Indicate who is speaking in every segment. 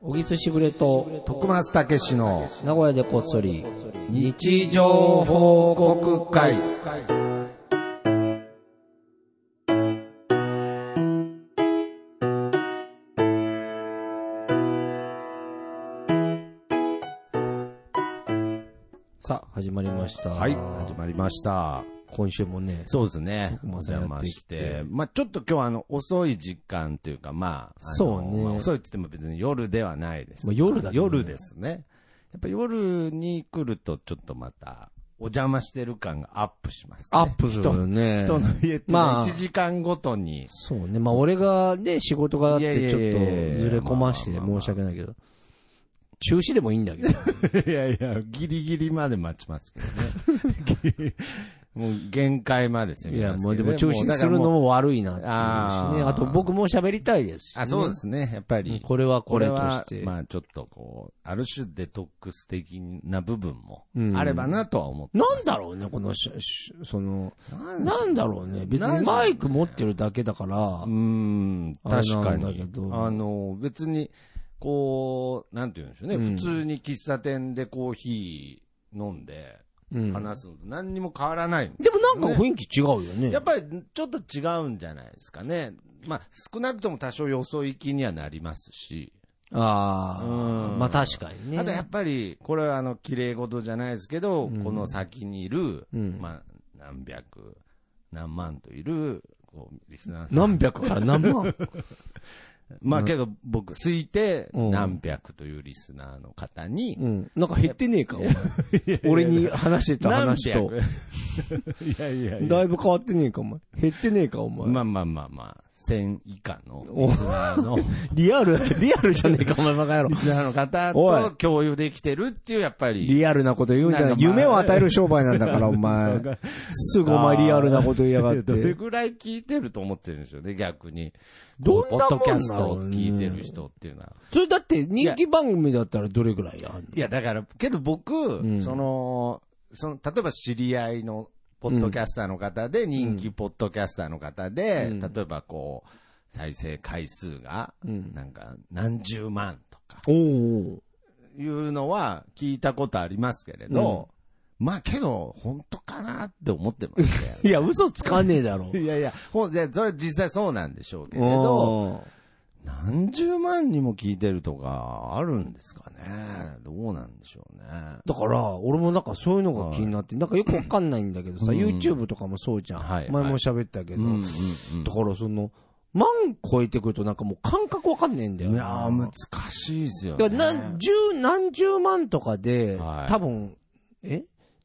Speaker 1: 小木すしぶれと、
Speaker 2: 徳松たけしの
Speaker 1: 名古屋でこっそり、
Speaker 2: 日常報告会。
Speaker 1: さあ、始まりました。
Speaker 2: はい、始まりました。
Speaker 1: 今週もね、
Speaker 2: そうですね。お
Speaker 1: 徳松
Speaker 2: 邪
Speaker 1: やってきて
Speaker 2: 魔して。まあちょっと今日はあの、遅い時間というか、まあ、あの
Speaker 1: そうね
Speaker 2: まあ遅いって言っても別に夜ではないです。
Speaker 1: まあ夜だけどね
Speaker 2: 夜ですね。やっぱ夜に来るとちょっとまた、お邪魔してる感がアップします、ね。
Speaker 1: アップするよね。
Speaker 2: 人の家って
Speaker 1: まあ
Speaker 2: 1時間ごとに、
Speaker 1: そうね。まあ、俺がね、仕事があっ
Speaker 2: いや
Speaker 1: て
Speaker 2: いや、い
Speaker 1: ちょっと
Speaker 2: やいや
Speaker 1: ずれ込まして
Speaker 2: まあまあまあ
Speaker 1: 申し訳ないけど。中止でもいいんだけど。
Speaker 2: いやいや、ギリギリまで待ちますけどね。 もう限界まですよ、
Speaker 1: いや、
Speaker 2: 皆さ
Speaker 1: も
Speaker 2: ん
Speaker 1: う
Speaker 2: ね
Speaker 1: でも中止するの。
Speaker 2: もうだからもう
Speaker 1: も悪いなって思うしね。
Speaker 2: あー
Speaker 1: あと僕も喋りたいですしね
Speaker 2: あ、そうですね、やっぱり。
Speaker 1: これはこれと
Speaker 2: は
Speaker 1: して。
Speaker 2: まあちょっとこう、ある種デトックス的な部分も
Speaker 1: うん
Speaker 2: あればなとは思って。
Speaker 1: なんだろうね、このし、しその、
Speaker 2: なん
Speaker 1: なんだろうね。別
Speaker 2: なん
Speaker 1: に
Speaker 2: だろう
Speaker 1: マイク持ってるだけだから
Speaker 2: う、ーん、
Speaker 1: あれ
Speaker 2: 確か
Speaker 1: なんだ
Speaker 2: に。
Speaker 1: けど
Speaker 2: あの、別に、こう、なんて言うんでしょうね、
Speaker 1: うん
Speaker 2: 普通に喫茶店でコーヒー飲んで
Speaker 1: うん
Speaker 2: 話すのと何にも変わらないんです
Speaker 1: でもなんか雰囲気違うよね。
Speaker 2: やっぱりちょっと違うんじゃないですかね。まあ、少なくとも多少よそ行きにはなりますし。
Speaker 1: あ
Speaker 2: う
Speaker 1: あ、
Speaker 2: ん
Speaker 1: まあ確かにね。
Speaker 2: あとやっぱり、これはあの、綺麗事じゃないですけど、
Speaker 1: うん
Speaker 2: この先にいる、
Speaker 1: うん
Speaker 2: まあ、何百、何万といる、こう、リスナーさん。
Speaker 1: 何百から何万。
Speaker 2: まあけど、僕、推いて、
Speaker 1: うん
Speaker 2: 何百というリスナーの方に、
Speaker 1: うん。なんか減ってねえか、お前俺に話してた
Speaker 2: 何
Speaker 1: 話
Speaker 2: 百
Speaker 1: と。。
Speaker 2: いやいやいや。
Speaker 1: だいぶ変わってねえか、お前。減ってねえか、お前。
Speaker 2: まあまあまあまあ、1000以下のリスナーの、
Speaker 1: リアル、リアルじゃねえか、お前バカ野郎
Speaker 2: リ。スナーの方
Speaker 1: お
Speaker 2: と共有できてるっていう、やっぱり。
Speaker 1: リアルなこと言うんじゃな。
Speaker 2: ないんかまあ
Speaker 1: 夢を与える商売なんだから、お前。すぐお前リアルなこと言いやがっ
Speaker 2: どれ
Speaker 1: て。
Speaker 2: ぐらい聞いてると思ってるんでしょうね、逆に。
Speaker 1: どんなもんなの
Speaker 2: ポッドキャストを聞いてる人っていうのは。
Speaker 1: それだって人気番組だったらどれぐらいあんの
Speaker 2: いや、だから、けど僕、
Speaker 1: ん
Speaker 2: その、その、例えば知り合いのポッドキャスターの方で、人気ポッドキャスターの方で、
Speaker 1: うん
Speaker 2: 例えばこう、再生回数が、
Speaker 1: うん
Speaker 2: なんか、何十万とか、
Speaker 1: おー
Speaker 2: いうのは聞いたことありますけれど、まあけど、本当かなって思ってます ね。
Speaker 1: いや、嘘つかねえだろ。
Speaker 2: いやいや、ほん、で、それ実際そうなんでしょうけれど、
Speaker 1: おー
Speaker 2: 何十万にも聞いてるとか、あるんですかね。どうなんでしょうね。
Speaker 1: だから、俺もなんかそういうのが気になって、なんかよくわかんないんだけどさ、
Speaker 2: うん
Speaker 1: YouTube とかもそうじゃん。
Speaker 2: はい
Speaker 1: 前も喋ったけど。
Speaker 2: うんうん
Speaker 1: だからその、万超えてくるとなんかもう感覚わかんねえんだ
Speaker 2: う
Speaker 1: よ
Speaker 2: ん。い
Speaker 1: な。
Speaker 2: やー、難しいですよ、
Speaker 1: だ
Speaker 2: ね。
Speaker 1: から何十、何十万とかで、
Speaker 2: はい
Speaker 1: 多分、え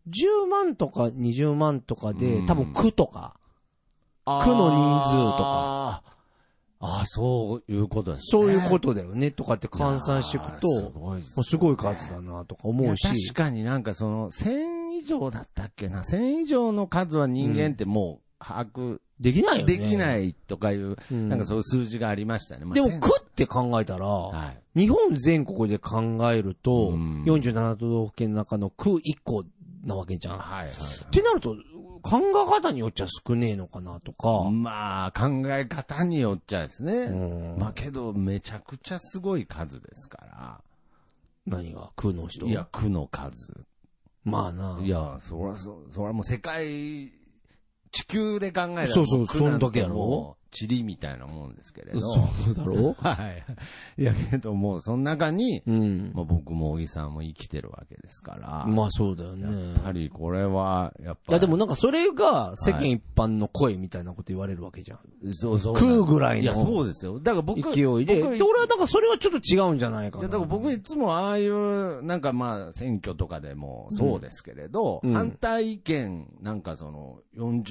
Speaker 1: ?10 万とか20万とかで、
Speaker 2: うん
Speaker 1: 多分区とか。
Speaker 2: あー
Speaker 1: 区の人数と
Speaker 2: あー、そういうことですね。
Speaker 1: そういうことだよね、とかって換算していくと、
Speaker 2: いやー
Speaker 1: も
Speaker 2: ごいっす
Speaker 1: うすごい数だな、とか思う
Speaker 2: いや
Speaker 1: し。
Speaker 2: 確かになんかその、1000以上だったっけな。1000以上の数は人間ってもう把握
Speaker 1: できないよね。
Speaker 2: できないとかいう、
Speaker 1: うん
Speaker 2: なんかそういう数字がありましたね。まあ
Speaker 1: でも
Speaker 2: 1000
Speaker 1: 区って考えたら、
Speaker 2: はい。
Speaker 1: 日本全国で考えると、
Speaker 2: うん
Speaker 1: 47都道府県の中の区1個なわけじゃん。っ
Speaker 2: はいはいはい。
Speaker 1: てなると、考え方によっちゃ少ねえのかなとか、
Speaker 2: まあ、考え方によっちゃですね。
Speaker 1: うん
Speaker 2: まあけど、めちゃくちゃすごい数ですか
Speaker 1: 何が区の人
Speaker 2: ら。いや、、区の数。
Speaker 1: まあな。
Speaker 2: いや、そらそ、そらもう世界、地球で考えたら、
Speaker 1: そうそう
Speaker 2: 区
Speaker 1: そ
Speaker 2: なんて
Speaker 1: んだけやろ
Speaker 2: もう地理みたいなもんですけれど。
Speaker 1: そうだろ
Speaker 2: はい。いやけども、その中に、
Speaker 1: うん。
Speaker 2: まあ僕も小木さんも生きてるわけですから。
Speaker 1: まあそうだよね。
Speaker 2: やっぱりこれは、やっぱ
Speaker 1: い
Speaker 2: り。
Speaker 1: やでもなんかそれが世間一般の声みたいなこと言われるわけじゃん。
Speaker 2: そうそう。
Speaker 1: 食うぐらいの
Speaker 2: いや、そうですよ。だから僕、
Speaker 1: 勢いで。で、
Speaker 2: 僕
Speaker 1: 俺はなんかそれはちょっと違うんじゃないか
Speaker 2: い
Speaker 1: な。
Speaker 2: や、だから僕いつもああいう、なんかまあ、選挙とかでもそうですけれど、
Speaker 1: うん
Speaker 2: 反対意見、なんかその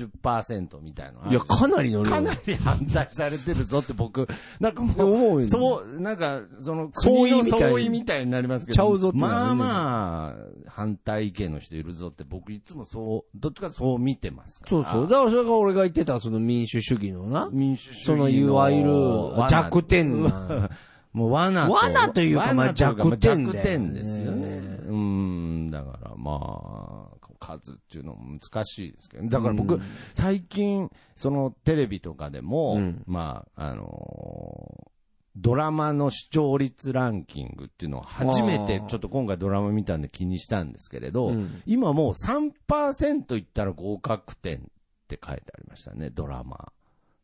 Speaker 2: 40%みたいなのあ
Speaker 1: い
Speaker 2: る
Speaker 1: や、かなりの量。
Speaker 2: かなり反対されてるぞって 僕、なんかもう、
Speaker 1: 思うよ
Speaker 2: そう、なんか、その、
Speaker 1: 相
Speaker 2: 国
Speaker 1: 違
Speaker 2: の
Speaker 1: みたいに
Speaker 2: 相違みたいになりますけど、
Speaker 1: ちゃうぞってなるね
Speaker 2: まあまあ、反対意見の人いるぞって僕いつもそう、どっちかそう見てますから。
Speaker 1: そうそう。だからそれが俺が言ってたその民主主義のな。
Speaker 2: 民主主義
Speaker 1: そ
Speaker 2: の
Speaker 1: のいわゆる
Speaker 2: 罠
Speaker 1: 弱点な。
Speaker 2: もう罠と。
Speaker 1: 罠というかまあ
Speaker 2: 罠とい
Speaker 1: 弱
Speaker 2: う
Speaker 1: 点
Speaker 2: まあ弱点
Speaker 1: だよね
Speaker 2: ですよね。うん、だからまあ、数っていうのも難しいですけど、だから僕、最近、そのテレビとかでも、
Speaker 1: うん
Speaker 2: まあ、あのードラマの視聴率ランキングっていうのを初めて、ちょっと今回ドラマ見たんで気にしたんですけれど、
Speaker 1: うん
Speaker 2: 今もう3%いったら合格点って書いてありましたね、ドラマ。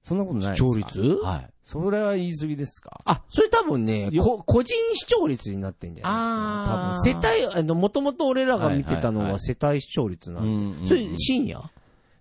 Speaker 2: そんなことないですか
Speaker 1: 視聴率
Speaker 2: はい。それは言い過ぎですか
Speaker 1: あ、それ多分ね、こ個人視聴率になってんじゃない
Speaker 2: あ
Speaker 1: で
Speaker 2: ー
Speaker 1: すか。多分世帯、あの、もともと俺らが見てたの
Speaker 2: はいはいは
Speaker 1: はい世帯視聴率なんで。
Speaker 2: うんうんうん
Speaker 1: それ深夜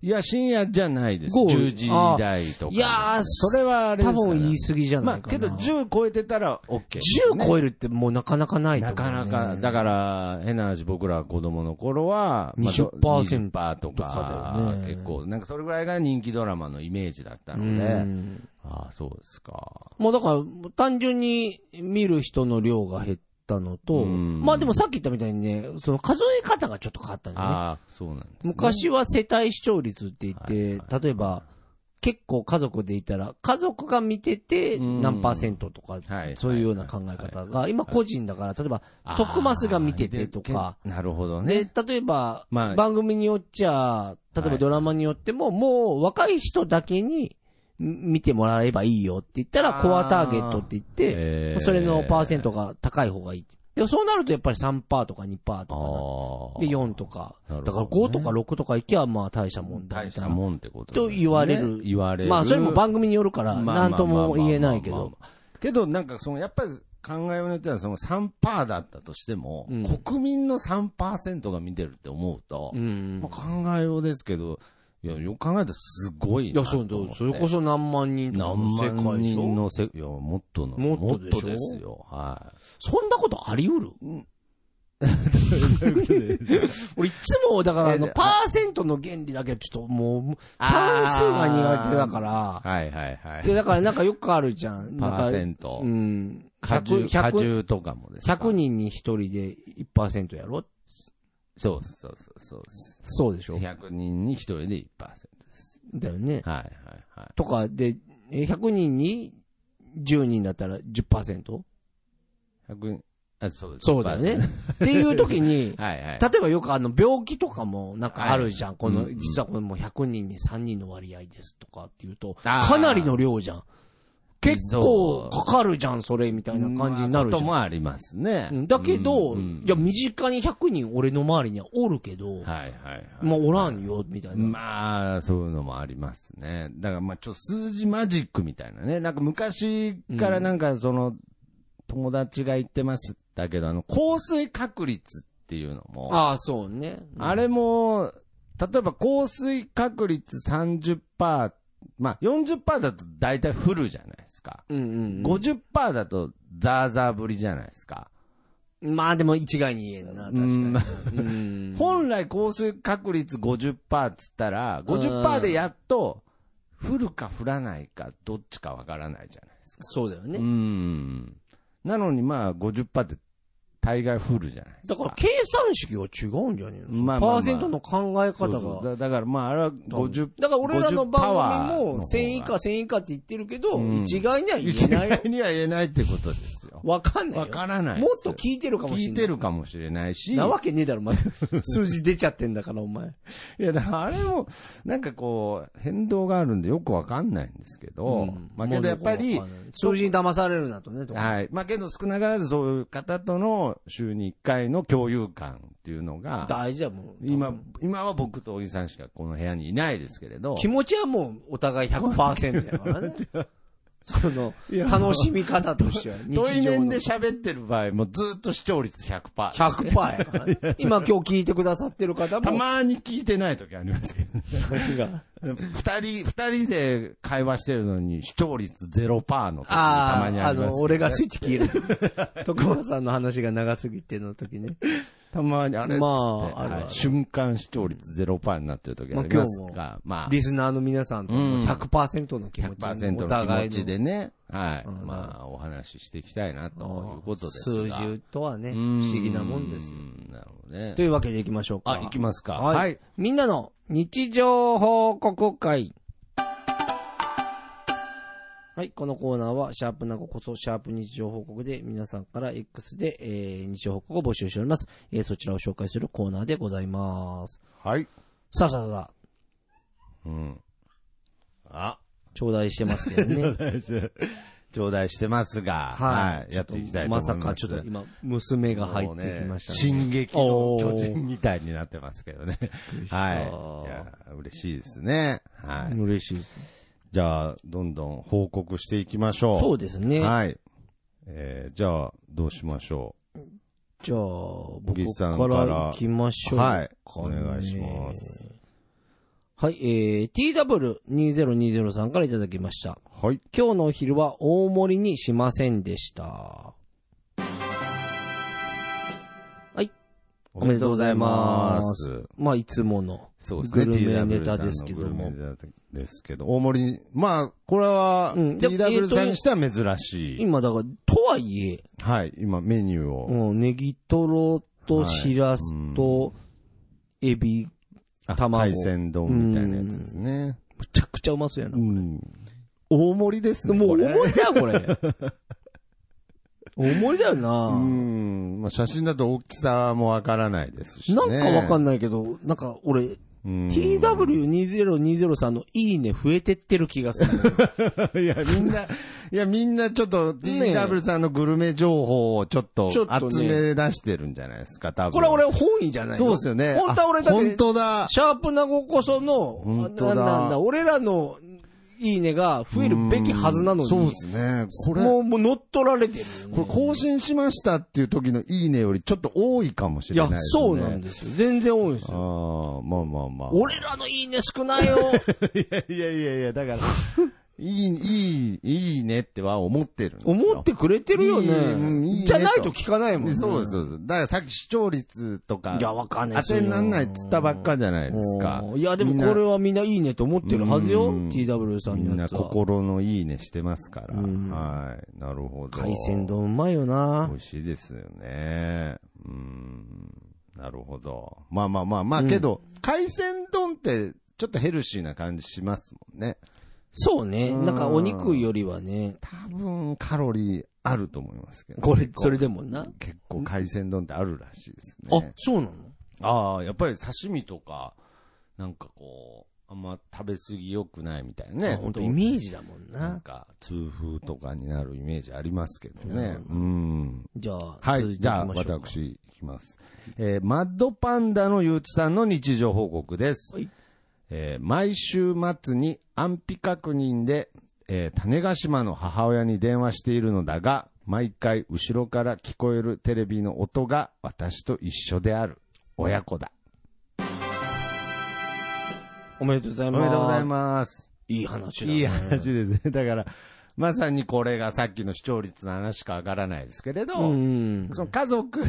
Speaker 2: いや、深夜じゃないです。
Speaker 1: ゴール
Speaker 2: 10時台とか。
Speaker 1: いやー、
Speaker 2: それはあれです
Speaker 1: 多
Speaker 2: か、ね、
Speaker 1: 分言い過ぎじゃ
Speaker 2: ま
Speaker 1: な
Speaker 2: あ、
Speaker 1: いか
Speaker 2: け
Speaker 1: な。
Speaker 2: ど10超えてたら OK、
Speaker 1: 10超えるってもうなかなかないと
Speaker 2: な
Speaker 1: 思う
Speaker 2: か
Speaker 1: ね
Speaker 2: なか、だから、変な話、僕ら子供の頃は、まあ
Speaker 1: 20%
Speaker 2: 20%と
Speaker 1: とかだ
Speaker 2: か
Speaker 1: よ、ね
Speaker 2: 結構、なんかそれぐらいが人気ドラマのイメージだったの
Speaker 1: う
Speaker 2: で、
Speaker 1: ん
Speaker 2: ああ、そうですか。
Speaker 1: もうだから、単純に見る人の量が減ったのと、
Speaker 2: うん
Speaker 1: まあでもさっき言ったみたいにね、その数え方がちょっと変わったんだよね。
Speaker 2: ああ、そうなんですね。
Speaker 1: 昔は世帯視聴率って言っ
Speaker 2: はい
Speaker 1: て
Speaker 2: は、
Speaker 1: 例えば、結構家族でいたら、家族が見てて
Speaker 2: うん
Speaker 1: 何パーセントとか
Speaker 2: はい、
Speaker 1: そういうような考え方が、今個人だから、例えば
Speaker 2: あ、あ、
Speaker 1: 徳マスが見ててとか、
Speaker 2: で。けなるほど
Speaker 1: で、
Speaker 2: ね。
Speaker 1: 例えば、
Speaker 2: まあ
Speaker 1: 番組によっちゃ、例えばドラマによっても、もう若い人だけにん見てもらえばいいよって言ったら、
Speaker 2: あー
Speaker 1: コアターゲットって言って、
Speaker 2: え
Speaker 1: それのパーセントが高い方がいい。で、そうなるとやっぱり3%とか2%とか
Speaker 2: あ
Speaker 1: な
Speaker 2: あ。
Speaker 1: で、4とか。
Speaker 2: なるほどね
Speaker 1: だから5とか6とかいきゃ、まあ大したもんだ
Speaker 2: 大
Speaker 1: み
Speaker 2: した
Speaker 1: い
Speaker 2: た
Speaker 1: な。
Speaker 2: もんってこと
Speaker 1: と
Speaker 2: ですね
Speaker 1: 言われる。
Speaker 2: 言われる。
Speaker 1: まあそれも番組によるから、
Speaker 2: まあ
Speaker 1: なんとも言えないけ。
Speaker 2: まあまあま
Speaker 1: ど。
Speaker 2: あまあまあけど、なんかその、やっぱり考えようによっては、その3%だったとしても、
Speaker 1: うん
Speaker 2: 国民の3%が見てるって思うと、
Speaker 1: うん。
Speaker 2: まあ、考えようですけど、いや、よく考えたらすごい
Speaker 1: い
Speaker 2: な
Speaker 1: や、
Speaker 2: と
Speaker 1: そ
Speaker 2: 思っ
Speaker 1: う
Speaker 2: て。
Speaker 1: そう。それこそ何万人とか
Speaker 2: 何
Speaker 1: の世
Speaker 2: 万
Speaker 1: 界でし
Speaker 2: 人
Speaker 1: ょ
Speaker 2: の世界、いや、もっとの、
Speaker 1: もっとでしょ
Speaker 2: もっですよ。は
Speaker 1: そんなことあり得る 俺いつも、だからあの、
Speaker 2: え
Speaker 1: パーセントの原理だけはちょっともう、算数が苦手だから。
Speaker 2: い。はいはいはい。
Speaker 1: で、だからなんかよくあるじゃん。
Speaker 2: パ
Speaker 1: なんか
Speaker 2: ーセント
Speaker 1: う。ん。
Speaker 2: 果汁、
Speaker 1: 100、
Speaker 2: 果
Speaker 1: 100
Speaker 2: 汁とかもですか。
Speaker 1: 100。人に1人で1%やろ
Speaker 2: そうそうそうそうです。
Speaker 1: そうでしょ
Speaker 2: 100人に1人で1%です。
Speaker 1: だよね。
Speaker 2: はいはいはい。
Speaker 1: とかで、えー100人に10人だったら 10%?
Speaker 2: 100あそうです
Speaker 1: そうだよね。。っていう時に、
Speaker 2: はいは
Speaker 1: 例
Speaker 2: い。
Speaker 1: えばよくあの病気とかもなんかあるじゃん。こ
Speaker 2: うん
Speaker 1: の、
Speaker 2: うん
Speaker 1: 実はこれもう100人に3人の割合ですとかっていうと、
Speaker 2: あー
Speaker 1: かなりの量じゃん。結構かかるじゃん、それみたいな感じになるじゃ
Speaker 2: こと
Speaker 1: ん。
Speaker 2: もありますね
Speaker 1: う。んだけど、
Speaker 2: うんうん
Speaker 1: いや、身近に100人俺の周りにはおるけど、
Speaker 2: はいはいはい。
Speaker 1: まあおらんよ、みたいな。
Speaker 2: まあ、そういうのもありますね。だから、まあ、ちょっと数字マジックみたいなね。なんか昔からなんか、その、友達が言ってましたけど、あの、降水確率っていうのも、
Speaker 1: ああ、そうね。うん
Speaker 2: あれも、例えば降水確率30%、まあ、40%だと大体降るじゃないですか。
Speaker 1: うんうんう
Speaker 2: 50%だとザーザー降りじゃないですか。
Speaker 1: ん。まあでも一概に言えんな、確かに。うん
Speaker 2: 本来降水確率50%っつったら、
Speaker 1: う
Speaker 2: 50%
Speaker 1: ん
Speaker 2: でやっと、降るか降らないか、どっちかわからないじゃないですか。
Speaker 1: そうだよ
Speaker 2: う
Speaker 1: ね。
Speaker 2: ん。なのにまあ50%って大概降るじゃないです
Speaker 1: だ
Speaker 2: か。
Speaker 1: から計算式が違ううんじゃねえの、
Speaker 2: まあまあまあ
Speaker 1: パーセントの考え
Speaker 2: そ
Speaker 1: 方
Speaker 2: う
Speaker 1: が。
Speaker 2: そうだだからまああれは50、
Speaker 1: だから俺らの番組
Speaker 2: 50%
Speaker 1: も
Speaker 2: の方が
Speaker 1: 1000以下1000以下って言ってるけど、
Speaker 2: うん
Speaker 1: 一概には言
Speaker 2: 一
Speaker 1: えないよ
Speaker 2: 概。には言えないってことですよ。
Speaker 1: わかんないよ。
Speaker 2: わからない
Speaker 1: も
Speaker 2: で
Speaker 1: っ
Speaker 2: す
Speaker 1: と聞いてるかもし
Speaker 2: 聞
Speaker 1: れ
Speaker 2: い
Speaker 1: ない。
Speaker 2: てるかもしれないし。
Speaker 1: なわけねえだろ、まだ。数字出ちゃってんだから、お前。
Speaker 2: いや、だからあれも、なんかこう、変動があるんでよくわかんないんですけど、
Speaker 1: うん
Speaker 2: まあけどやっぱり
Speaker 1: もうよくわか、んない数字に騙されるなとね、とか。
Speaker 2: はい。まあけど少なからずそういう方との週に1回の共有感っていうのが、
Speaker 1: 大事だもん。
Speaker 2: 今、今は僕と小木さんしかこの部屋にいないですけれど、
Speaker 1: 気持ちはもうお互い100%だから ね。その、楽しみ方としては、日
Speaker 2: 対
Speaker 1: 常
Speaker 2: 面
Speaker 1: の
Speaker 2: で。喋ってる場合もずっと視聴率100%です。
Speaker 1: 100%やからね。今今日聞いてくださってる方
Speaker 2: た
Speaker 1: も、
Speaker 2: まに聞いてない時ありま すけど、
Speaker 1: が
Speaker 2: 二人、二人で会話してるのに視聴率0%の時た
Speaker 1: あ
Speaker 2: まに
Speaker 1: あ、
Speaker 2: あ
Speaker 1: あ
Speaker 2: りますけど、
Speaker 1: の、俺がスイッチ消える。徳間さんの話が長すぎての時ね。
Speaker 2: たまにあれっつって、
Speaker 1: まあ
Speaker 2: はい
Speaker 1: あるある
Speaker 2: 瞬間視聴率0%になってる時ありますが、 まあ、
Speaker 1: リスナーの皆さんと
Speaker 2: うん
Speaker 1: 100%の気持ちで、
Speaker 2: 100%の
Speaker 1: お
Speaker 2: 気
Speaker 1: 互
Speaker 2: 持
Speaker 1: い
Speaker 2: ち
Speaker 1: の
Speaker 2: でね、はい、
Speaker 1: ん
Speaker 2: まあ、お話ししていきたいな、ということです
Speaker 1: 数
Speaker 2: が。
Speaker 1: 字とはね、
Speaker 2: 不
Speaker 1: 不思議なもんですよ。。
Speaker 2: なるほどね
Speaker 1: と。いうわけで行きましょうか。
Speaker 2: あ、行きますか。
Speaker 1: はい。
Speaker 2: はい。
Speaker 1: みんなの日常報告会。はい。このコーナーは、シャープなごこそ、シャープ日常報告で、皆さんから X で、えー日常報告を募集しております。えーそちらを紹介するコーナーでございます。
Speaker 2: はい。
Speaker 1: さあさあさあ、
Speaker 2: うん。あ、
Speaker 1: 頂戴してますけどね。
Speaker 2: 頂頂戴してますが、はい、やっていきたいと思います。
Speaker 1: まさか、ちょっと今、娘が入ってきましたね。
Speaker 2: もうね進撃の巨人みたいになってますけどね。はい。いや、嬉しいですね。はい。
Speaker 1: 嬉しいですね。
Speaker 2: じゃあ、どんどん報告していきましょう。
Speaker 1: そうですね。
Speaker 2: はい。えー、じゃあ、どうしましょ
Speaker 1: じゃあ、僕
Speaker 2: 小木さん
Speaker 1: か
Speaker 2: から
Speaker 1: ら行きましょうか、ね。
Speaker 2: はいお願いします。
Speaker 1: はい、えー、tw2020 さんからいただきました。
Speaker 2: う。はい。
Speaker 1: 今日のお昼は大盛りにしませんでした。はい。おめでとうございます。まあ、いつもの。
Speaker 2: そうですね。
Speaker 1: グルメ
Speaker 2: TW
Speaker 1: ネタですけども
Speaker 2: さんのグルメネタですけど、大盛りに、まあ、これは、
Speaker 1: うんで
Speaker 2: TW さんにしては珍しい。
Speaker 1: 今、だから、とはいえ、
Speaker 2: はい、今メニューを。
Speaker 1: うん、ネギトロとしらすと、エビ、
Speaker 2: あ
Speaker 1: 卵
Speaker 2: 海鮮丼みたいなやつですね。
Speaker 1: むちゃくちゃうまそうやな。
Speaker 2: うん。大盛りですね。
Speaker 1: もう
Speaker 2: これ
Speaker 1: 重いだよ、これ。 重いだよな。
Speaker 2: うん。まあ、写真だと大きさもわからないですしね。
Speaker 1: なんかわか
Speaker 2: ない。
Speaker 1: んないけど、なんか俺、
Speaker 2: うん
Speaker 1: TW2020 さんのいいね増えてってる気がす る。
Speaker 2: いや、みんな、いや、みんなちょっと
Speaker 1: ねえ
Speaker 2: DW さんのグルメ情報をちょっと
Speaker 1: ちょっとね
Speaker 2: 集め出してるんじゃないですか、多分。
Speaker 1: これは俺本意じゃないの
Speaker 2: そうですよね。
Speaker 1: 本当は俺だ
Speaker 2: あ
Speaker 1: け
Speaker 2: 本当だ。
Speaker 1: シャープなごこその、
Speaker 2: 本当
Speaker 1: な
Speaker 2: だ
Speaker 1: なんだ、俺らのいいねが増えるべきはずなのに。
Speaker 2: そうですね。これ、
Speaker 1: もう、もう乗っ取られてるよね、
Speaker 2: これ更新しましたっていう時のいいねよりちょっと多いかもし
Speaker 1: い
Speaker 2: れな
Speaker 1: や
Speaker 2: いで、すね。
Speaker 1: そうなんですよ。全然多いんです
Speaker 2: あ
Speaker 1: よ。
Speaker 2: あ、まあまあまあ。
Speaker 1: 俺らのいいね少ないよ。
Speaker 2: いやいやいやいや、だから、いい、いい、いいねっては思ってるんですよ。
Speaker 1: 思ってくれてるよ
Speaker 2: いいうんいい
Speaker 1: ね。
Speaker 2: ね
Speaker 1: じゃないと聞かないもんね。
Speaker 2: そうです、そうです。だからさっき視聴率とか、
Speaker 1: いや、わかんない
Speaker 2: 当
Speaker 1: ですよ
Speaker 2: てになんないっつったばっかじゃないですか。
Speaker 1: いや、でもこれはみんないいねと思ってるはずよ。
Speaker 2: うん
Speaker 1: TW さん
Speaker 2: み
Speaker 1: の
Speaker 2: ん
Speaker 1: や
Speaker 2: な
Speaker 1: つは。
Speaker 2: 心のいいねしてますから。
Speaker 1: うん
Speaker 2: はい。なるほど。
Speaker 1: 海鮮丼うまいよな
Speaker 2: 美。味しいですよね。うん。なるほど。まあまあまあまあ、けど、海鮮丼って、ちょっとヘルシーな感じしますもんね。
Speaker 1: そうね。
Speaker 2: うん
Speaker 1: なんかお肉よりはね。
Speaker 2: 多分、カロリーあると思いますけど。
Speaker 1: これ
Speaker 2: 結、構
Speaker 1: それでもな。
Speaker 2: 結構海鮮丼ってあるらしいです
Speaker 1: あ
Speaker 2: ね、。
Speaker 1: そうなの
Speaker 2: ああ、やっぱり刺身とか、なんかこう、あんま食べ過ぎ良くないみたいなね。
Speaker 1: あ本当イメージだもん
Speaker 2: なん
Speaker 1: な。
Speaker 2: か、痛風とかになるイメージありますけど
Speaker 1: な
Speaker 2: ね
Speaker 1: る。ほ
Speaker 2: うん。
Speaker 1: じゃあ、
Speaker 2: は
Speaker 1: 続
Speaker 2: い。
Speaker 1: て
Speaker 2: じゃあ、
Speaker 1: 行きましょうか。
Speaker 2: 私、いきます。えーマッドパンダのゆうちさんの日常報告です。
Speaker 1: はい
Speaker 2: えー毎週末に安否確認で、えー種子島の母親に電話しているのだが、毎回後ろから聞こえるテレビの音が私と一緒である。親子だ。
Speaker 1: おめでとうござい
Speaker 2: お
Speaker 1: ます。
Speaker 2: めでとうございます。
Speaker 1: す。いい話だね。
Speaker 2: いい話ですね。だから、まさにこれがさっきの視聴率の話しかわからないですけれど、
Speaker 1: うん。
Speaker 2: その家族、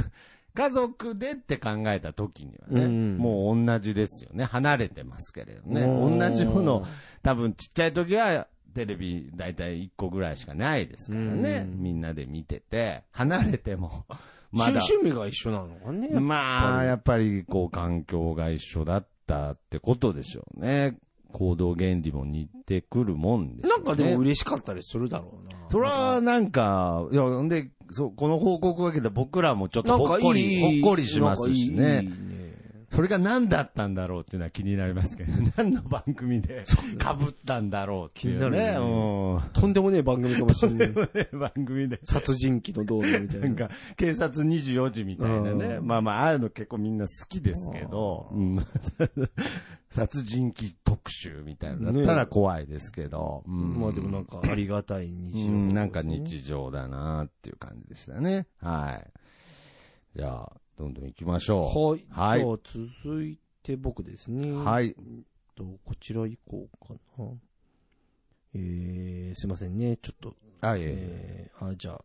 Speaker 2: 家族でって考えた時にはね、
Speaker 1: うん
Speaker 2: もう同じですよね。離れてますけれどね。
Speaker 1: うん
Speaker 2: 同じもの、多分ちっちゃい時はテレビ大体1個ぐらいしかないですからね。
Speaker 1: うん
Speaker 2: みんなで見てて、離れ ても、ま
Speaker 1: 趣
Speaker 2: だ。
Speaker 1: 趣味が一緒なのかね。
Speaker 2: まあ、やっぱりこう環境が一緒だったってことでしょうね。行動原理も似てくるもんでしょ
Speaker 1: な
Speaker 2: うんね。
Speaker 1: かでも嬉しかったりするだろうな。
Speaker 2: それはなんか、いや、んで、そう、この報告を受けて僕らもちょっ
Speaker 1: な
Speaker 2: と
Speaker 1: ん
Speaker 2: ほ
Speaker 1: か
Speaker 2: っ
Speaker 1: い
Speaker 2: こ
Speaker 1: い、
Speaker 2: り、ほっこりしますし
Speaker 1: なんかいい
Speaker 2: ね。
Speaker 1: いい
Speaker 2: それが何だったんだろうっていうのは気になりますけど、 何の番組で被ったんだろうってい
Speaker 1: 気に
Speaker 2: う
Speaker 1: な
Speaker 2: ね。
Speaker 1: る
Speaker 2: うん
Speaker 1: とんでもねえ番組かもしれない。
Speaker 2: 番組で。
Speaker 1: 殺人鬼の道具みたいな。
Speaker 2: なんか、警察24時みたいなね。
Speaker 1: うん
Speaker 2: まあまあ、ああいうの結構みんな好きですけど、うん、 殺人鬼特集みたいなのだったら怖いですけど。うん
Speaker 1: まあでもなんかありがたい日常、
Speaker 2: うん、なんか。日常だなっていう感じでしたね。はい。じゃあ、どんどん行きましょ
Speaker 1: はい。
Speaker 2: はい
Speaker 1: じゃあ続いて僕ですね。
Speaker 2: う。
Speaker 1: い。
Speaker 2: はい。
Speaker 1: と、こちら行こうかな。えー、すいませんね。ちょっと、
Speaker 2: あ、いえいえ。
Speaker 1: えー、あ、じゃあ。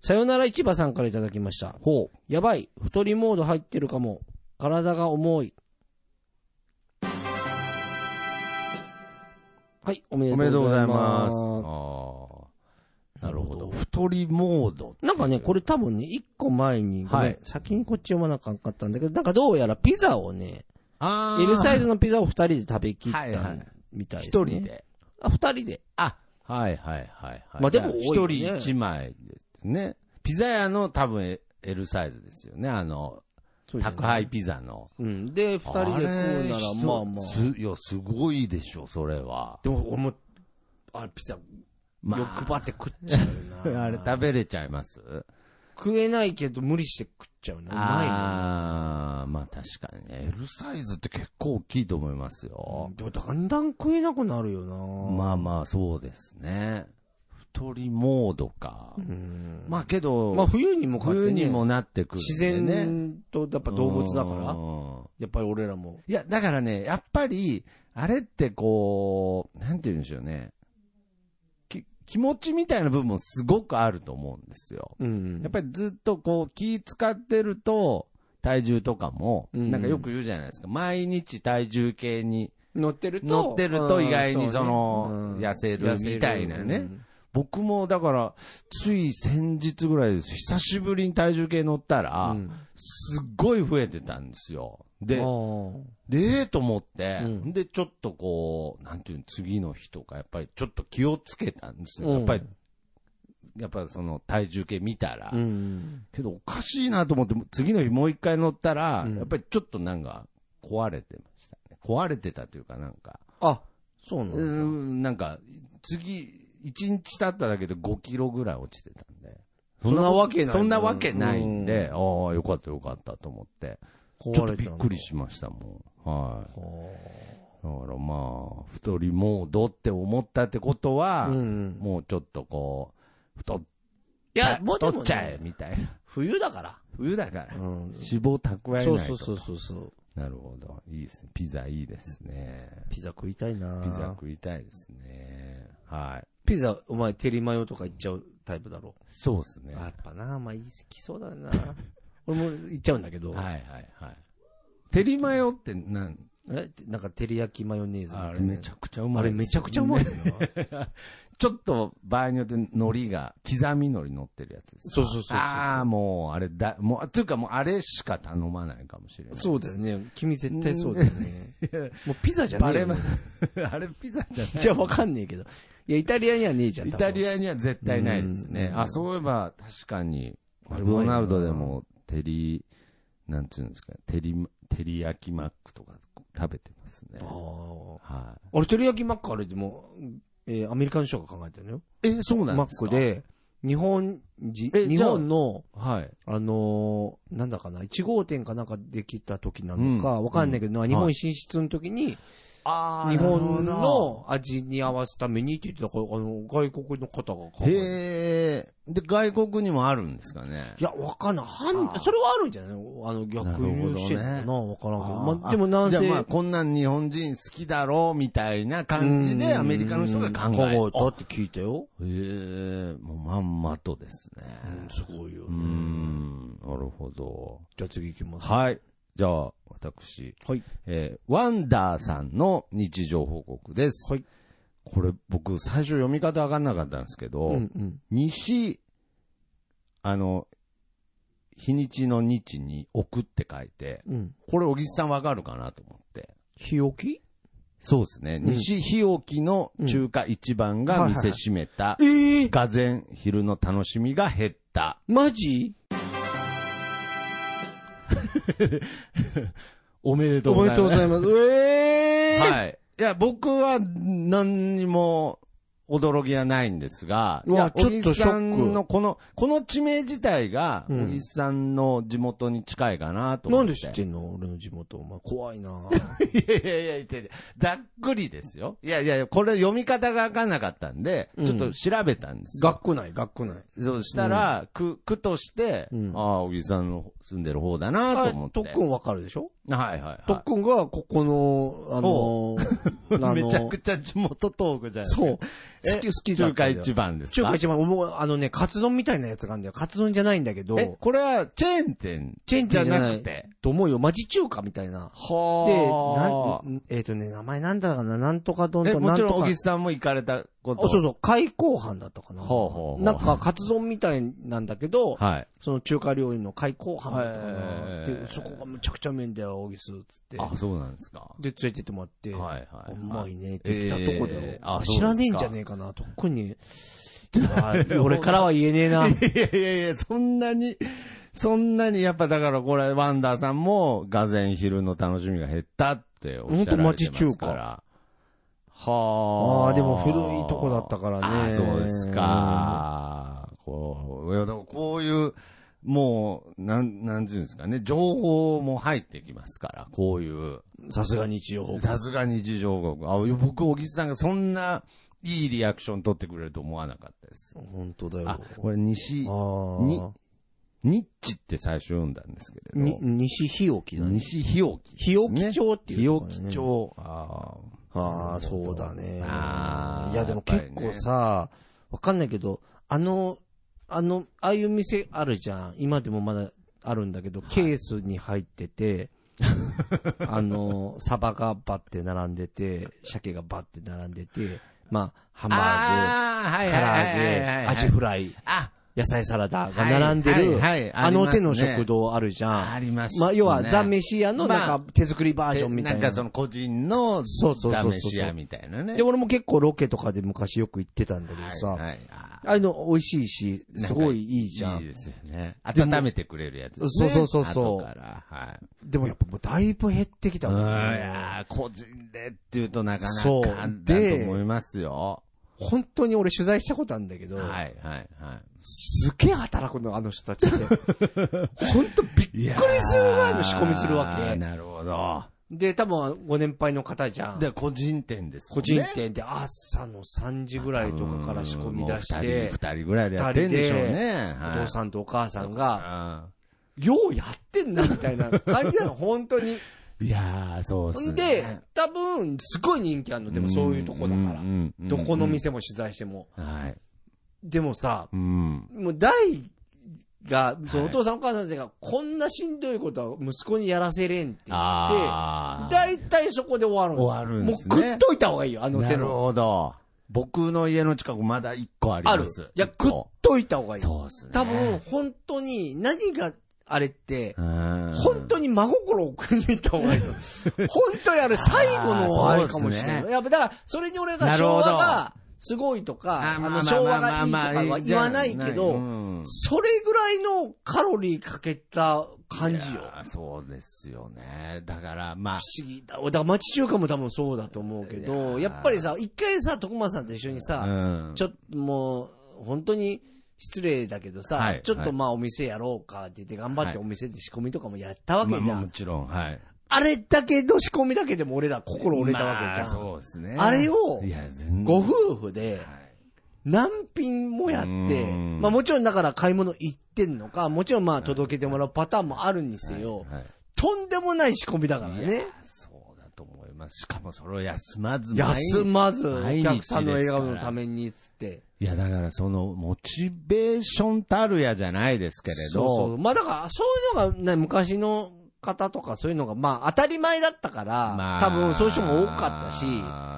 Speaker 1: さよなら市場さんからいただきました。
Speaker 2: ほ
Speaker 1: やばい、太りモード入ってるかも。体が重い。はい、おめ
Speaker 2: う。
Speaker 1: で
Speaker 2: おめで
Speaker 1: と
Speaker 2: と
Speaker 1: う
Speaker 2: う
Speaker 1: ご
Speaker 2: ご
Speaker 1: ざ
Speaker 2: ざ
Speaker 1: い
Speaker 2: い
Speaker 1: ま。
Speaker 2: ますす。あーなるほど。太りモード。
Speaker 1: なんかね、これ多分ね、一個前に、ごめん
Speaker 2: はい
Speaker 1: 先にこっち読まなかったんだけど、なんかどうやらピザをね、
Speaker 2: あ
Speaker 1: L サイ
Speaker 2: ズ
Speaker 1: ズのピザを二人で食べきっ
Speaker 2: はいは
Speaker 1: た
Speaker 2: い
Speaker 1: みたいです、ね。
Speaker 2: 一人。で。
Speaker 1: あ、二人で。
Speaker 2: あ、はいはいはいはい。
Speaker 1: まあでも
Speaker 2: じゃ
Speaker 1: 多
Speaker 2: 一
Speaker 1: いよ
Speaker 2: 人
Speaker 1: ね
Speaker 2: 一枚ですね。ピザ屋の多分 L サイズですよね。あの、
Speaker 1: そうじゃない
Speaker 2: 宅配ピザの。
Speaker 1: うん。で、二人で食うなら、まあまあ
Speaker 2: れ。すいや、すごいでしょ、それは。
Speaker 1: でも、俺も、あれ、ピザ、
Speaker 2: まあ
Speaker 1: 欲張って食っちゃう な。
Speaker 2: あれ食べれちゃいます
Speaker 1: 食えないけど無理して食っちゃうな。うまいよな。
Speaker 2: ああ、まあ確かにね。L サイズって結構大きいと思いますよ。
Speaker 1: でもだんだん食えなくなるよな。
Speaker 2: まあまあそうですね。太りモードか。
Speaker 1: うん
Speaker 2: まあけど、
Speaker 1: まあ冬にもこうやっ
Speaker 2: 冬
Speaker 1: てね
Speaker 2: にもなってくるん
Speaker 1: 自
Speaker 2: でね、
Speaker 1: 然とやっぱ動物だから、
Speaker 2: うん
Speaker 1: やっぱり俺らも。
Speaker 2: いや、だからね、やっぱり、あれってこう、なんて言うんでしょうね。き気持ちみたいな部分もすごくあると思うんですよ。
Speaker 1: うん
Speaker 2: やっぱりずっとこう気使ってると、体重とかも、
Speaker 1: うん
Speaker 2: なんかよく言うじゃないですか。毎日体重計に
Speaker 1: 乗ってると。
Speaker 2: 乗ってると
Speaker 1: うん
Speaker 2: 意外に
Speaker 1: う
Speaker 2: その、
Speaker 1: うん
Speaker 2: 痩せるみたいな
Speaker 1: 痩せる
Speaker 2: ね
Speaker 1: う。ん
Speaker 2: 僕もだから、つい先日ぐらいです。久しぶりに体重計乗ったら、
Speaker 1: うん
Speaker 2: すっごい増えてたんですよ。で、
Speaker 1: あー
Speaker 2: で、ええと思って、
Speaker 1: うん
Speaker 2: で、ちょっとこう、なんていうの、次の日とか、やっぱりちょっと気をつけたんですよ。
Speaker 1: うん
Speaker 2: やっぱり、やっぱりその体重計見たら、
Speaker 1: うん
Speaker 2: けどおかしいなと思って、次の日もう一回乗ったら、
Speaker 1: うん
Speaker 2: やっぱりちょっとなんか、壊れてましたね。壊れてたというか、なんか、
Speaker 1: あ、そうな
Speaker 2: う
Speaker 1: の、
Speaker 2: ーん、なんか、次、1日経っただけで5キロぐらい落ちてたんで。
Speaker 1: そんなわけない
Speaker 2: そんなわけないんで、ああ、よかったよかったと思って、ちょっとびっくりしましたもん。はい。だからまあ、太りモードって思ったってことは、
Speaker 1: うんうん。
Speaker 2: もうちょっとこう、太っ
Speaker 1: いや、もうで
Speaker 2: 太
Speaker 1: も、
Speaker 2: っちゃえ
Speaker 1: ね、
Speaker 2: みたいな。
Speaker 1: 冬だから。
Speaker 2: 冬だから。
Speaker 1: うん
Speaker 2: 脂肪蓄えない
Speaker 1: そ
Speaker 2: と。
Speaker 1: うそうそうそうそう。
Speaker 2: なるほど。いいですね。ピザいいですね。
Speaker 1: ピザ食いたいな
Speaker 2: ピザ食いたいですね。はい。
Speaker 1: ピザ、お前、テリマヨとか行っちゃうタイプだろ。
Speaker 2: そうですね。は
Speaker 1: やっぱな、まあ、好きそうだな。 俺も行っちゃうんだけど、
Speaker 2: いはいはい。テリマヨってなん、
Speaker 1: えなんか、照り焼きマヨネーズみたいな。
Speaker 2: あれめちゃくちゃうまい。
Speaker 1: あれめちゃくちゃうまい。 よな。
Speaker 2: ちょっと場合によって海苔が、刻み海苔乗ってるやつです。
Speaker 1: そうそうそうそう
Speaker 2: ああ、もう、あれだ、もう、というかもうあれしか頼まないかもしれない。
Speaker 1: そうだよね。君絶対そうだよね。もうピザじゃね
Speaker 2: バ
Speaker 1: え
Speaker 2: レ
Speaker 1: よ
Speaker 2: ま
Speaker 1: ね。、
Speaker 2: あれピザじゃない。
Speaker 1: じゃあわかんねえけど。いや、イタリアにはねえじゃん。
Speaker 2: イタ
Speaker 1: ア。
Speaker 2: リアには絶対ないですね
Speaker 1: う。ん
Speaker 2: あ、そういえば、確かに、
Speaker 1: あれうまいよな
Speaker 2: ロナルドでも、テリ、なんていうんですか、テリ、テリ焼きマックとか食べてますね
Speaker 1: あ。ー
Speaker 2: は
Speaker 1: あれ、照り焼きマックあれでも、えーアメリカの人が考えてるのよ。
Speaker 2: い。え、そうなん
Speaker 1: マ
Speaker 2: です
Speaker 1: ッ
Speaker 2: か
Speaker 1: ク。で、日本人、
Speaker 2: え
Speaker 1: 日本の、
Speaker 2: はい。
Speaker 1: あのーなんだかな、1号店かなんかできた時なのか、わかんないけど、日本進出の時に、
Speaker 2: あ
Speaker 1: 日本の味に合わすためにって言ってたから、あの、外国の方が考えてる
Speaker 2: へえ。で、外国にもあるんですかね。
Speaker 1: いや、わかんない。は
Speaker 2: あー
Speaker 1: ん、それはあるんじゃないあの、逆流してるの
Speaker 2: な
Speaker 1: か
Speaker 2: る
Speaker 1: なわからんけど。
Speaker 2: あー
Speaker 1: まあ、でもなん
Speaker 2: じ
Speaker 1: せ
Speaker 2: ゃあ、まあ、こんなん日本人好きだろうみたいな感じで、アメリカの人が考え
Speaker 1: たって聞いたよ。
Speaker 2: ええもうまんまとですね。
Speaker 1: うんすごいよ
Speaker 2: うー
Speaker 1: ね。
Speaker 2: ん、なるほど。
Speaker 1: じゃあ次行きます。
Speaker 2: はい。じゃあ、私、
Speaker 1: はい。
Speaker 2: えーワンダーさんの日常報告です。
Speaker 1: はい
Speaker 2: これ、僕、最初読み方わかんなかったんですけど、
Speaker 1: うんうん。
Speaker 2: 西、あの、日にちの日に置くって書いて、
Speaker 1: うん。
Speaker 2: これ、小木さんわかるかなと思って。
Speaker 1: 日置き
Speaker 2: そうですね。
Speaker 1: うん
Speaker 2: 西日置の中華一番が見せしめた。
Speaker 1: ええ
Speaker 2: がぜ昼の楽しみが減った。
Speaker 1: マジ
Speaker 2: おめでと
Speaker 1: おめでとうございます。ええー、
Speaker 2: はい。いや、僕は何にも驚きはないんですが、いう
Speaker 1: わ
Speaker 2: や、
Speaker 1: ちょっと
Speaker 2: 小木さ
Speaker 1: ショッ
Speaker 2: ん
Speaker 1: ク
Speaker 2: のこの、この地名自体が、
Speaker 1: うん
Speaker 2: 小木さんの地元に近いかなと思
Speaker 1: な
Speaker 2: っ
Speaker 1: ん
Speaker 2: て。
Speaker 1: で知ってんの俺の地元。お前、怖いな
Speaker 2: いやいやいやいやいや、ざっくりですよ。いやいやいや、これ読み方がわかんなかったんで、
Speaker 1: うん
Speaker 2: ちょっと調べたんですよ。
Speaker 1: 学校内、学校内。
Speaker 2: そうしたら、区、区として、
Speaker 1: うん
Speaker 2: ああ、小木さんの住んでる方だなと思って。
Speaker 1: 特訓わかるでしょ
Speaker 2: はいはい
Speaker 1: 特
Speaker 2: は
Speaker 1: 訓が、ここの、あのー、あの
Speaker 2: い。
Speaker 1: ー
Speaker 2: めちゃくちゃ地元トークじゃないですか
Speaker 1: そう。
Speaker 2: え
Speaker 1: 好き、好きだっ
Speaker 2: 中
Speaker 1: た
Speaker 2: 華
Speaker 1: んだよ
Speaker 2: 一番ですか
Speaker 1: 中華一番、思うあのね、カツ丼みたいなやつがあるんだよ。カツ丼じゃないんだけど、
Speaker 2: え、これはチェーン店
Speaker 1: チェーン
Speaker 2: じゃ
Speaker 1: 店じゃ
Speaker 2: な
Speaker 1: ない
Speaker 2: くて。
Speaker 1: と思うよ。町中華みたいな。で、な
Speaker 2: は
Speaker 1: ん、えっ、とね、名前なんだかな、なんとか丼
Speaker 2: え、
Speaker 1: とな
Speaker 2: も
Speaker 1: ん
Speaker 2: ち
Speaker 1: と
Speaker 2: ろん、
Speaker 1: か。
Speaker 2: 小木さんも行かれたこと。
Speaker 1: あそうそう、開口飯だったかな。
Speaker 2: ほうほうほう
Speaker 1: なんか、カツ丼みたいなんだけど、
Speaker 2: はい。
Speaker 1: その中華料理の開口飯だったか
Speaker 2: へ
Speaker 1: な。
Speaker 2: ー
Speaker 1: で、そこがむちゃくちゃ麺だよ、大木す、つって。
Speaker 2: あ、そうなんですか。
Speaker 1: で、連れてってもらって、
Speaker 2: はいはい。
Speaker 1: うまいねって
Speaker 2: え
Speaker 1: 言
Speaker 2: ー
Speaker 1: ってたとこだよ。
Speaker 2: あ
Speaker 1: 知らねえんじゃねえかな、とっく に。あー俺からは言えねえな。
Speaker 2: いやいやいや、そんなに、そんなに、やっぱだからこれ、ワンダーさんも、がぜん昼の楽しみが減ったっておっしゃられてますから。は
Speaker 1: ああ、でも古いとこだったから
Speaker 2: あ
Speaker 1: ね。
Speaker 2: ーそうですか。こう、いやでもこういう、もう、なん、なんていうんですかね、情報も入ってきますから、こういう。
Speaker 1: うん。さすが日曜報告。
Speaker 2: さすがに事情報告。あ、僕、小木さんがそんな、いいリアクション取ってくれると思わなかったです。
Speaker 1: 本当だよ。
Speaker 2: あ、これ、西、に
Speaker 1: ああ。
Speaker 2: ニッチって最初読んだんですけれ
Speaker 1: に
Speaker 2: ど、
Speaker 1: 西日置だね。
Speaker 2: 西日置
Speaker 1: 日置町っていうとこ
Speaker 2: 日
Speaker 1: だね。
Speaker 2: 置町。ああ。
Speaker 1: ああ、そうだね。
Speaker 2: あー
Speaker 1: いや、でも結構さ、わかんないけど、あの、あの、ああいう店あるじゃん。今でもまだあるんだけど、ケースに入って て、あの、サバがバッて並んでて、鮭がバッて並んでて、まあ、ハンバ
Speaker 2: ああ、は
Speaker 1: ー
Speaker 2: い
Speaker 1: グ、
Speaker 2: はいはい
Speaker 1: 唐揚
Speaker 2: はいはい
Speaker 1: げ、アジフライ、
Speaker 2: あ、
Speaker 1: 野菜サラダが並んでる、
Speaker 2: はいはいはい
Speaker 1: あの手の食
Speaker 2: 堂
Speaker 1: 堂あるじゃん。
Speaker 2: ありますね
Speaker 1: まあ、要は、ザ・メシアのなん
Speaker 2: ま
Speaker 1: か手作りバージョンみたい
Speaker 2: ん
Speaker 1: な。
Speaker 2: かその個人の
Speaker 1: そうそうそうそう
Speaker 2: ダメシアみたいなね。
Speaker 1: で、俺も結構ロケとかで昔よく行ってたんだけどさ、
Speaker 2: はいはいあ
Speaker 1: ああいうの美味しいし、すごいいいじゃ
Speaker 2: いい
Speaker 1: ん。
Speaker 2: ですよね。
Speaker 1: でも
Speaker 2: 温めてくれるやつです
Speaker 1: そ
Speaker 2: ね。
Speaker 1: うそうそうそう
Speaker 2: 後から、はい。
Speaker 1: でもやっぱもうだいぶ減ってきた
Speaker 2: う
Speaker 1: もん
Speaker 2: んい
Speaker 1: ね。
Speaker 2: やー個人でっていうとなかな
Speaker 1: そう
Speaker 2: か
Speaker 1: で
Speaker 2: だと思いますよ。
Speaker 1: 本当に俺取材したことあるんだけど、
Speaker 2: はいはいはい。
Speaker 1: すげえ働くの、あの人たち って。本当びっ
Speaker 2: び
Speaker 1: くりするぐらいの仕込みするわけ。
Speaker 2: なるほど。
Speaker 1: で、多分ご年配の方じゃん。
Speaker 2: で、個人店ですもん
Speaker 1: 個
Speaker 2: ね
Speaker 1: 人店で朝の3時ぐらいとかから仕込み出して
Speaker 2: うんもう二、人二人ぐらいでやってんでしょう
Speaker 1: 二人
Speaker 2: ね。はい
Speaker 1: お父さんとお母さんが、
Speaker 2: あ
Speaker 1: ようやってんなみたいな感じ なの、本当に。
Speaker 2: ーいやー、そうっすね。
Speaker 1: で、多分、すごい人気あるの、でもそういうとこだから。
Speaker 2: ら
Speaker 1: どこの。店も取材しても。
Speaker 2: はい。
Speaker 1: でもさ、
Speaker 2: うん。
Speaker 1: もう大が、その
Speaker 2: は
Speaker 1: お
Speaker 2: い
Speaker 1: 父さんお母さんたちが、こんなしんどいことは息子にやらせれんって言って、
Speaker 2: あー
Speaker 1: 大体そこで終わるの。
Speaker 2: 終わるんですね
Speaker 1: もう食っといた方がいいよ、あの
Speaker 2: な
Speaker 1: 手
Speaker 2: る
Speaker 1: の。
Speaker 2: ほど。僕の家の近くまだ一個あり
Speaker 1: あ
Speaker 2: ま
Speaker 1: る
Speaker 2: す。。
Speaker 1: いや、
Speaker 2: 一
Speaker 1: 食っ
Speaker 2: 個
Speaker 1: といた方がいい。
Speaker 2: そうっすね。
Speaker 1: 多分、本当に、何があれって、
Speaker 2: うん、
Speaker 1: 本当に真心を送りに行った方がいいと。本当にあれ、最後のあれかもしれ
Speaker 2: あー
Speaker 1: な
Speaker 2: そうです
Speaker 1: い。やっぱだから、それに俺が
Speaker 2: なるほ
Speaker 1: 昭
Speaker 2: ど
Speaker 1: 和がすごいとか、あ
Speaker 2: ま
Speaker 1: の
Speaker 2: ま
Speaker 1: 昭和
Speaker 2: ま
Speaker 1: がいいとか
Speaker 2: まま
Speaker 1: は言わないけ
Speaker 2: じゃう
Speaker 1: ど、
Speaker 2: ん
Speaker 1: それぐらいのカロリーかけた感じよ
Speaker 2: い。やーそうですよね。だから、まあ、
Speaker 1: 不思議だ。だから町中華も多分そうだと思うけど、
Speaker 2: い
Speaker 1: や
Speaker 2: やー
Speaker 1: っぱりさ、一回さ、徳間さんと一緒にさ、
Speaker 2: うん
Speaker 1: ちょっともう、本当に失礼だけどさ、
Speaker 2: はい
Speaker 1: ちょっとまあお店やろうかって言って頑張ってお店で仕込みとかもやったわけじゃん。
Speaker 2: まあまあもちろん、はい。
Speaker 1: あれだけの仕込みだけでも俺ら心折れたわけじゃん。
Speaker 2: まあそうですね。
Speaker 1: あれを
Speaker 2: いや、全然
Speaker 1: ご夫婦で
Speaker 2: はい
Speaker 1: 何品もやっ
Speaker 2: う
Speaker 1: て、
Speaker 2: ーん
Speaker 1: まあもちろんだから買い物行ってんのか、もちろんまあ届けてもらうパターンもあるにせよ、
Speaker 2: はい
Speaker 1: とんでもない仕込みだから
Speaker 2: いや
Speaker 1: ね。
Speaker 2: そうだと思います。しかもそれを休まず
Speaker 1: 休
Speaker 2: 毎日
Speaker 1: まず、お
Speaker 2: 毎日
Speaker 1: 客さんの笑顔のためにっつって。
Speaker 2: いや、だからその、モチベーションたるやじゃないですけれど、
Speaker 1: そうそう。まあだから、そういうのが、ね、昔の方とかそういうのが、まあ当たり前だったから、多分そういう人も多かったし、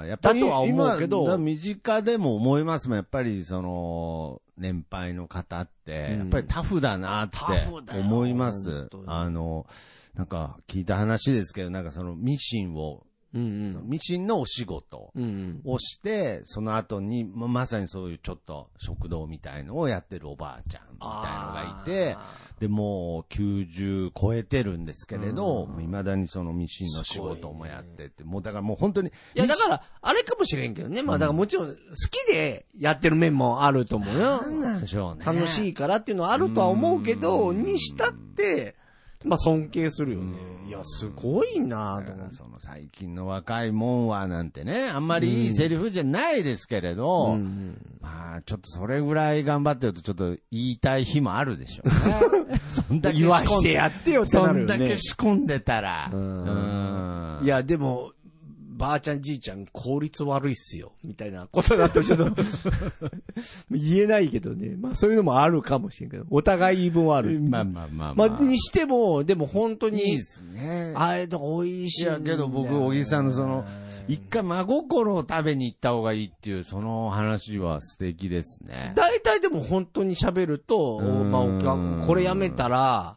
Speaker 2: やっぱり
Speaker 1: だとは思うけど
Speaker 2: 今だ身近でも思いますもん。やっぱりその、年配の方って、
Speaker 1: うん
Speaker 2: やっぱりタフだなっ
Speaker 1: タフだ
Speaker 2: て
Speaker 1: よ
Speaker 2: 思いま
Speaker 1: 本
Speaker 2: す
Speaker 1: 当に。
Speaker 2: あの、なんか聞いた話ですけど、なんかそのミシンを、
Speaker 1: うんうん。
Speaker 2: ミシンのお仕事。
Speaker 1: うんうん。
Speaker 2: をして、その後に、ままさにそういうちょっと食堂みたいのをやってるおばあちゃんみたいのがいて、
Speaker 1: あー
Speaker 2: で、もう90超えてるんですけれど、
Speaker 1: うん
Speaker 2: いまだにそのミシンの仕事もやってて、もうだからもう本当に、
Speaker 1: いや、だから、あれかもしれんけどね。まあ、だからもちろん、好きでやってる面もあると思うよ。
Speaker 2: なんなんでしょうね。
Speaker 1: 楽しいからっていうのはあるとは思うけど、
Speaker 2: うん
Speaker 1: にしたって、まあ、尊敬するよね。いや、すごいなと思って。
Speaker 2: その最近の若いもんはなんてね、あんまりいいセリフじゃないですけれど、まあちょっとそれぐらい頑張ってるとちょっと言いたい日もあるでしょう ね。そんだけ仕
Speaker 1: 言わ
Speaker 2: 込ん
Speaker 1: して
Speaker 2: で
Speaker 1: やってよって
Speaker 2: そ
Speaker 1: なる
Speaker 2: ん
Speaker 1: よ
Speaker 2: だ
Speaker 1: ね
Speaker 2: け。仕込んでたら。
Speaker 1: ん
Speaker 2: うん
Speaker 1: い、や、でも、ばあちゃんじいちゃん効率悪いっすよ。みたいなことだとちょっ と、言えないけどね。まあ、そういうのもあるかもしれんけど、お互い言い分はある。
Speaker 2: まあまあまあ
Speaker 1: ま
Speaker 2: ま
Speaker 1: あ
Speaker 2: あ。、
Speaker 1: にしても、でも本当
Speaker 2: いい
Speaker 1: に
Speaker 2: で、すね。
Speaker 1: あれとか美味しいん
Speaker 2: い
Speaker 1: だよ
Speaker 2: や、
Speaker 1: ね。
Speaker 2: けど僕、小木さんのその、一回真心を食べに行った方がいいっていう、その話は素敵ですね。
Speaker 1: 大体でも本当に喋ると、
Speaker 2: うん
Speaker 1: まあお客、これやめたら、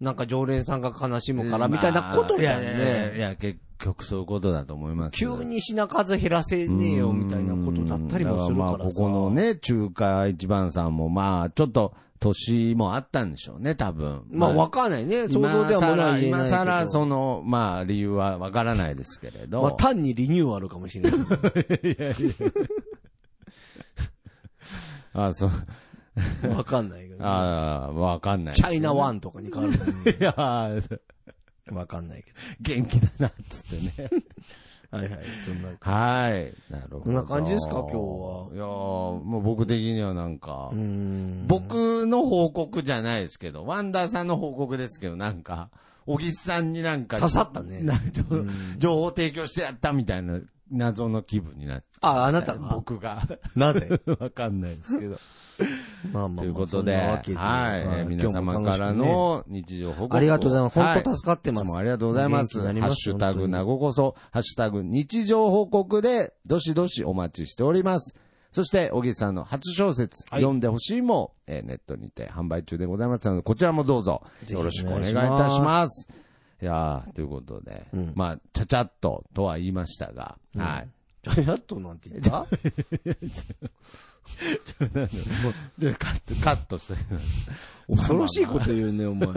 Speaker 1: なんか常連さんが悲しむから、みたいなこと
Speaker 2: い
Speaker 1: だよ
Speaker 2: やいやいやい
Speaker 1: ね。
Speaker 2: や、結局そういうことだと思います。
Speaker 1: 急に品数減らせねえよみたいなことだったりもするからさ。
Speaker 2: だまあここのね、中華一番さんも、まあ、ちょっと、年もあったんでしょうね、多分。
Speaker 1: まあわかんないね。想像ではものは言えないけ
Speaker 2: 今
Speaker 1: ど。
Speaker 2: さら、今更その、まあ、理由はわからないですけれど。
Speaker 1: まあ単にリニューアルかもしれない。
Speaker 2: あ、そう、
Speaker 1: わかんないけどね、
Speaker 2: ああ、わかんない。
Speaker 1: チャイナワンとかに変わるかも ね
Speaker 2: いやー
Speaker 1: わかんないけ
Speaker 2: 元気だな、つってね。
Speaker 1: ど。はいはい。そんな。
Speaker 2: はい。なるほど。
Speaker 1: こんな感じですか今日はい
Speaker 2: やーもう僕的にはなんか
Speaker 1: う、ん。
Speaker 2: 僕の報告じゃないですけど、ワンダーさんの報告ですけど、なんか、小木さんになんか、
Speaker 1: 刺さったね
Speaker 2: なんか情報提供してやったみたいな謎の気分になって。
Speaker 1: あ、あなたが。
Speaker 2: 僕が。
Speaker 1: なぜ
Speaker 2: わかんないですけど。
Speaker 1: まあまあまあ
Speaker 2: ということで、
Speaker 1: そんな
Speaker 2: は
Speaker 1: わ
Speaker 2: い
Speaker 1: け。で
Speaker 2: えー皆様
Speaker 1: はい今
Speaker 2: から。
Speaker 1: 日も楽しくね
Speaker 2: の日常報告を。
Speaker 1: ありがとうございます。
Speaker 2: は
Speaker 1: 本当助かって
Speaker 2: い
Speaker 1: ま
Speaker 2: つ
Speaker 1: す。
Speaker 2: もありがとうございます。
Speaker 1: 元気になり
Speaker 2: ハ
Speaker 1: ま
Speaker 2: ッ
Speaker 1: す
Speaker 2: シュタ
Speaker 1: 本
Speaker 2: グ、
Speaker 1: 当に
Speaker 2: なごこそ、ハッシュタグ、日常報告で、どしどしお待ちしております。そして、小木さんの初小説、
Speaker 1: はい
Speaker 2: 読んでほしいも、えーネットにて販売中でございますので、こちらもどうぞ、
Speaker 1: ぜひ
Speaker 2: よ
Speaker 1: お
Speaker 2: ろ
Speaker 1: 願い
Speaker 2: し
Speaker 1: し
Speaker 2: く
Speaker 1: ます
Speaker 2: お願いいたします。いやー、ということで、
Speaker 1: うん
Speaker 2: まあ、ちゃちゃっととは言いましたが、
Speaker 1: うん
Speaker 2: はい。
Speaker 1: ジャイアットなんて言った
Speaker 2: じゃあカット、カットして。
Speaker 1: 恐ろしいこと言うね、お前。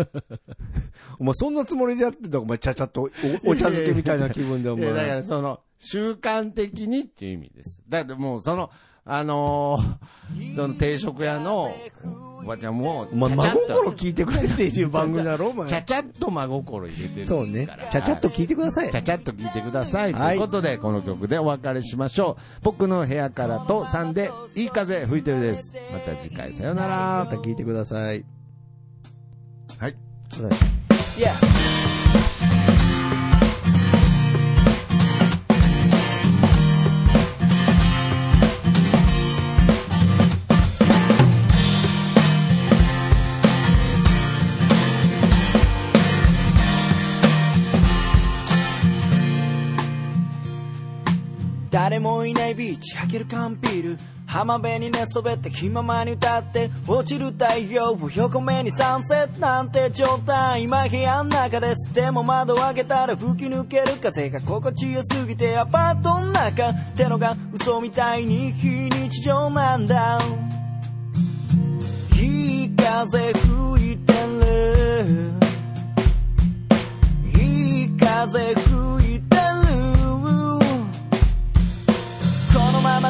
Speaker 1: お前、そんなつもりでやってたお前、ちゃちゃっとおお茶漬けみたいな気分で、お
Speaker 2: いや
Speaker 1: 前。
Speaker 2: だからその、習慣的にっていう意味です。だってもうその、あのーその定食屋のおばちゃんも、
Speaker 1: お前、
Speaker 2: ち
Speaker 1: 真
Speaker 2: ゃちゃっと
Speaker 1: 心聞いてくれっていう番組だろ、お前
Speaker 2: ち。ゃちゃっと真心入れてるんですから。
Speaker 1: そうね。ちゃちゃっと
Speaker 2: はい
Speaker 1: 聞いてください
Speaker 2: ち。ゃちゃっと聞いてください。
Speaker 1: はい
Speaker 2: ということで、この曲でお別れしましょう。僕の部屋からと3で、いい風吹いてるです。また次回、さよなら。
Speaker 1: また聞いてください。
Speaker 2: はい。
Speaker 1: はい
Speaker 3: 誰もいないビーチ開ける缶ビール浜辺に寝そべって気ままに歌って落ちる太陽を横目にサンセットなんて状態今部屋の中ですでも窓を開けたら吹き抜ける風が心地よすぎてアパートの中ってのが嘘みたいに非日常なんだいい風吹いてるいい風吹いてるこのまま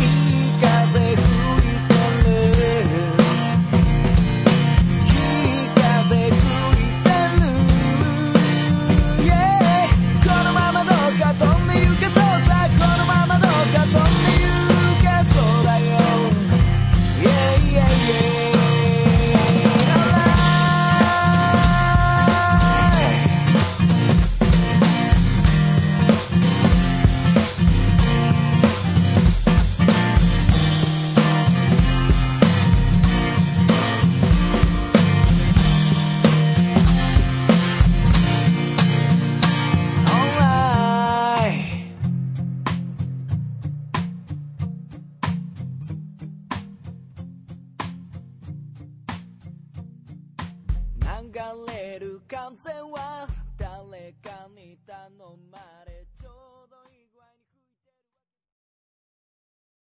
Speaker 3: いい風吹いてるいい風吹いてる、yeah、このままどうか飛んで行けそうさこのままどうか飛んで行けそうだよ Yeah, yeah, yeah. Alright. 流れる風は誰かに頼まれ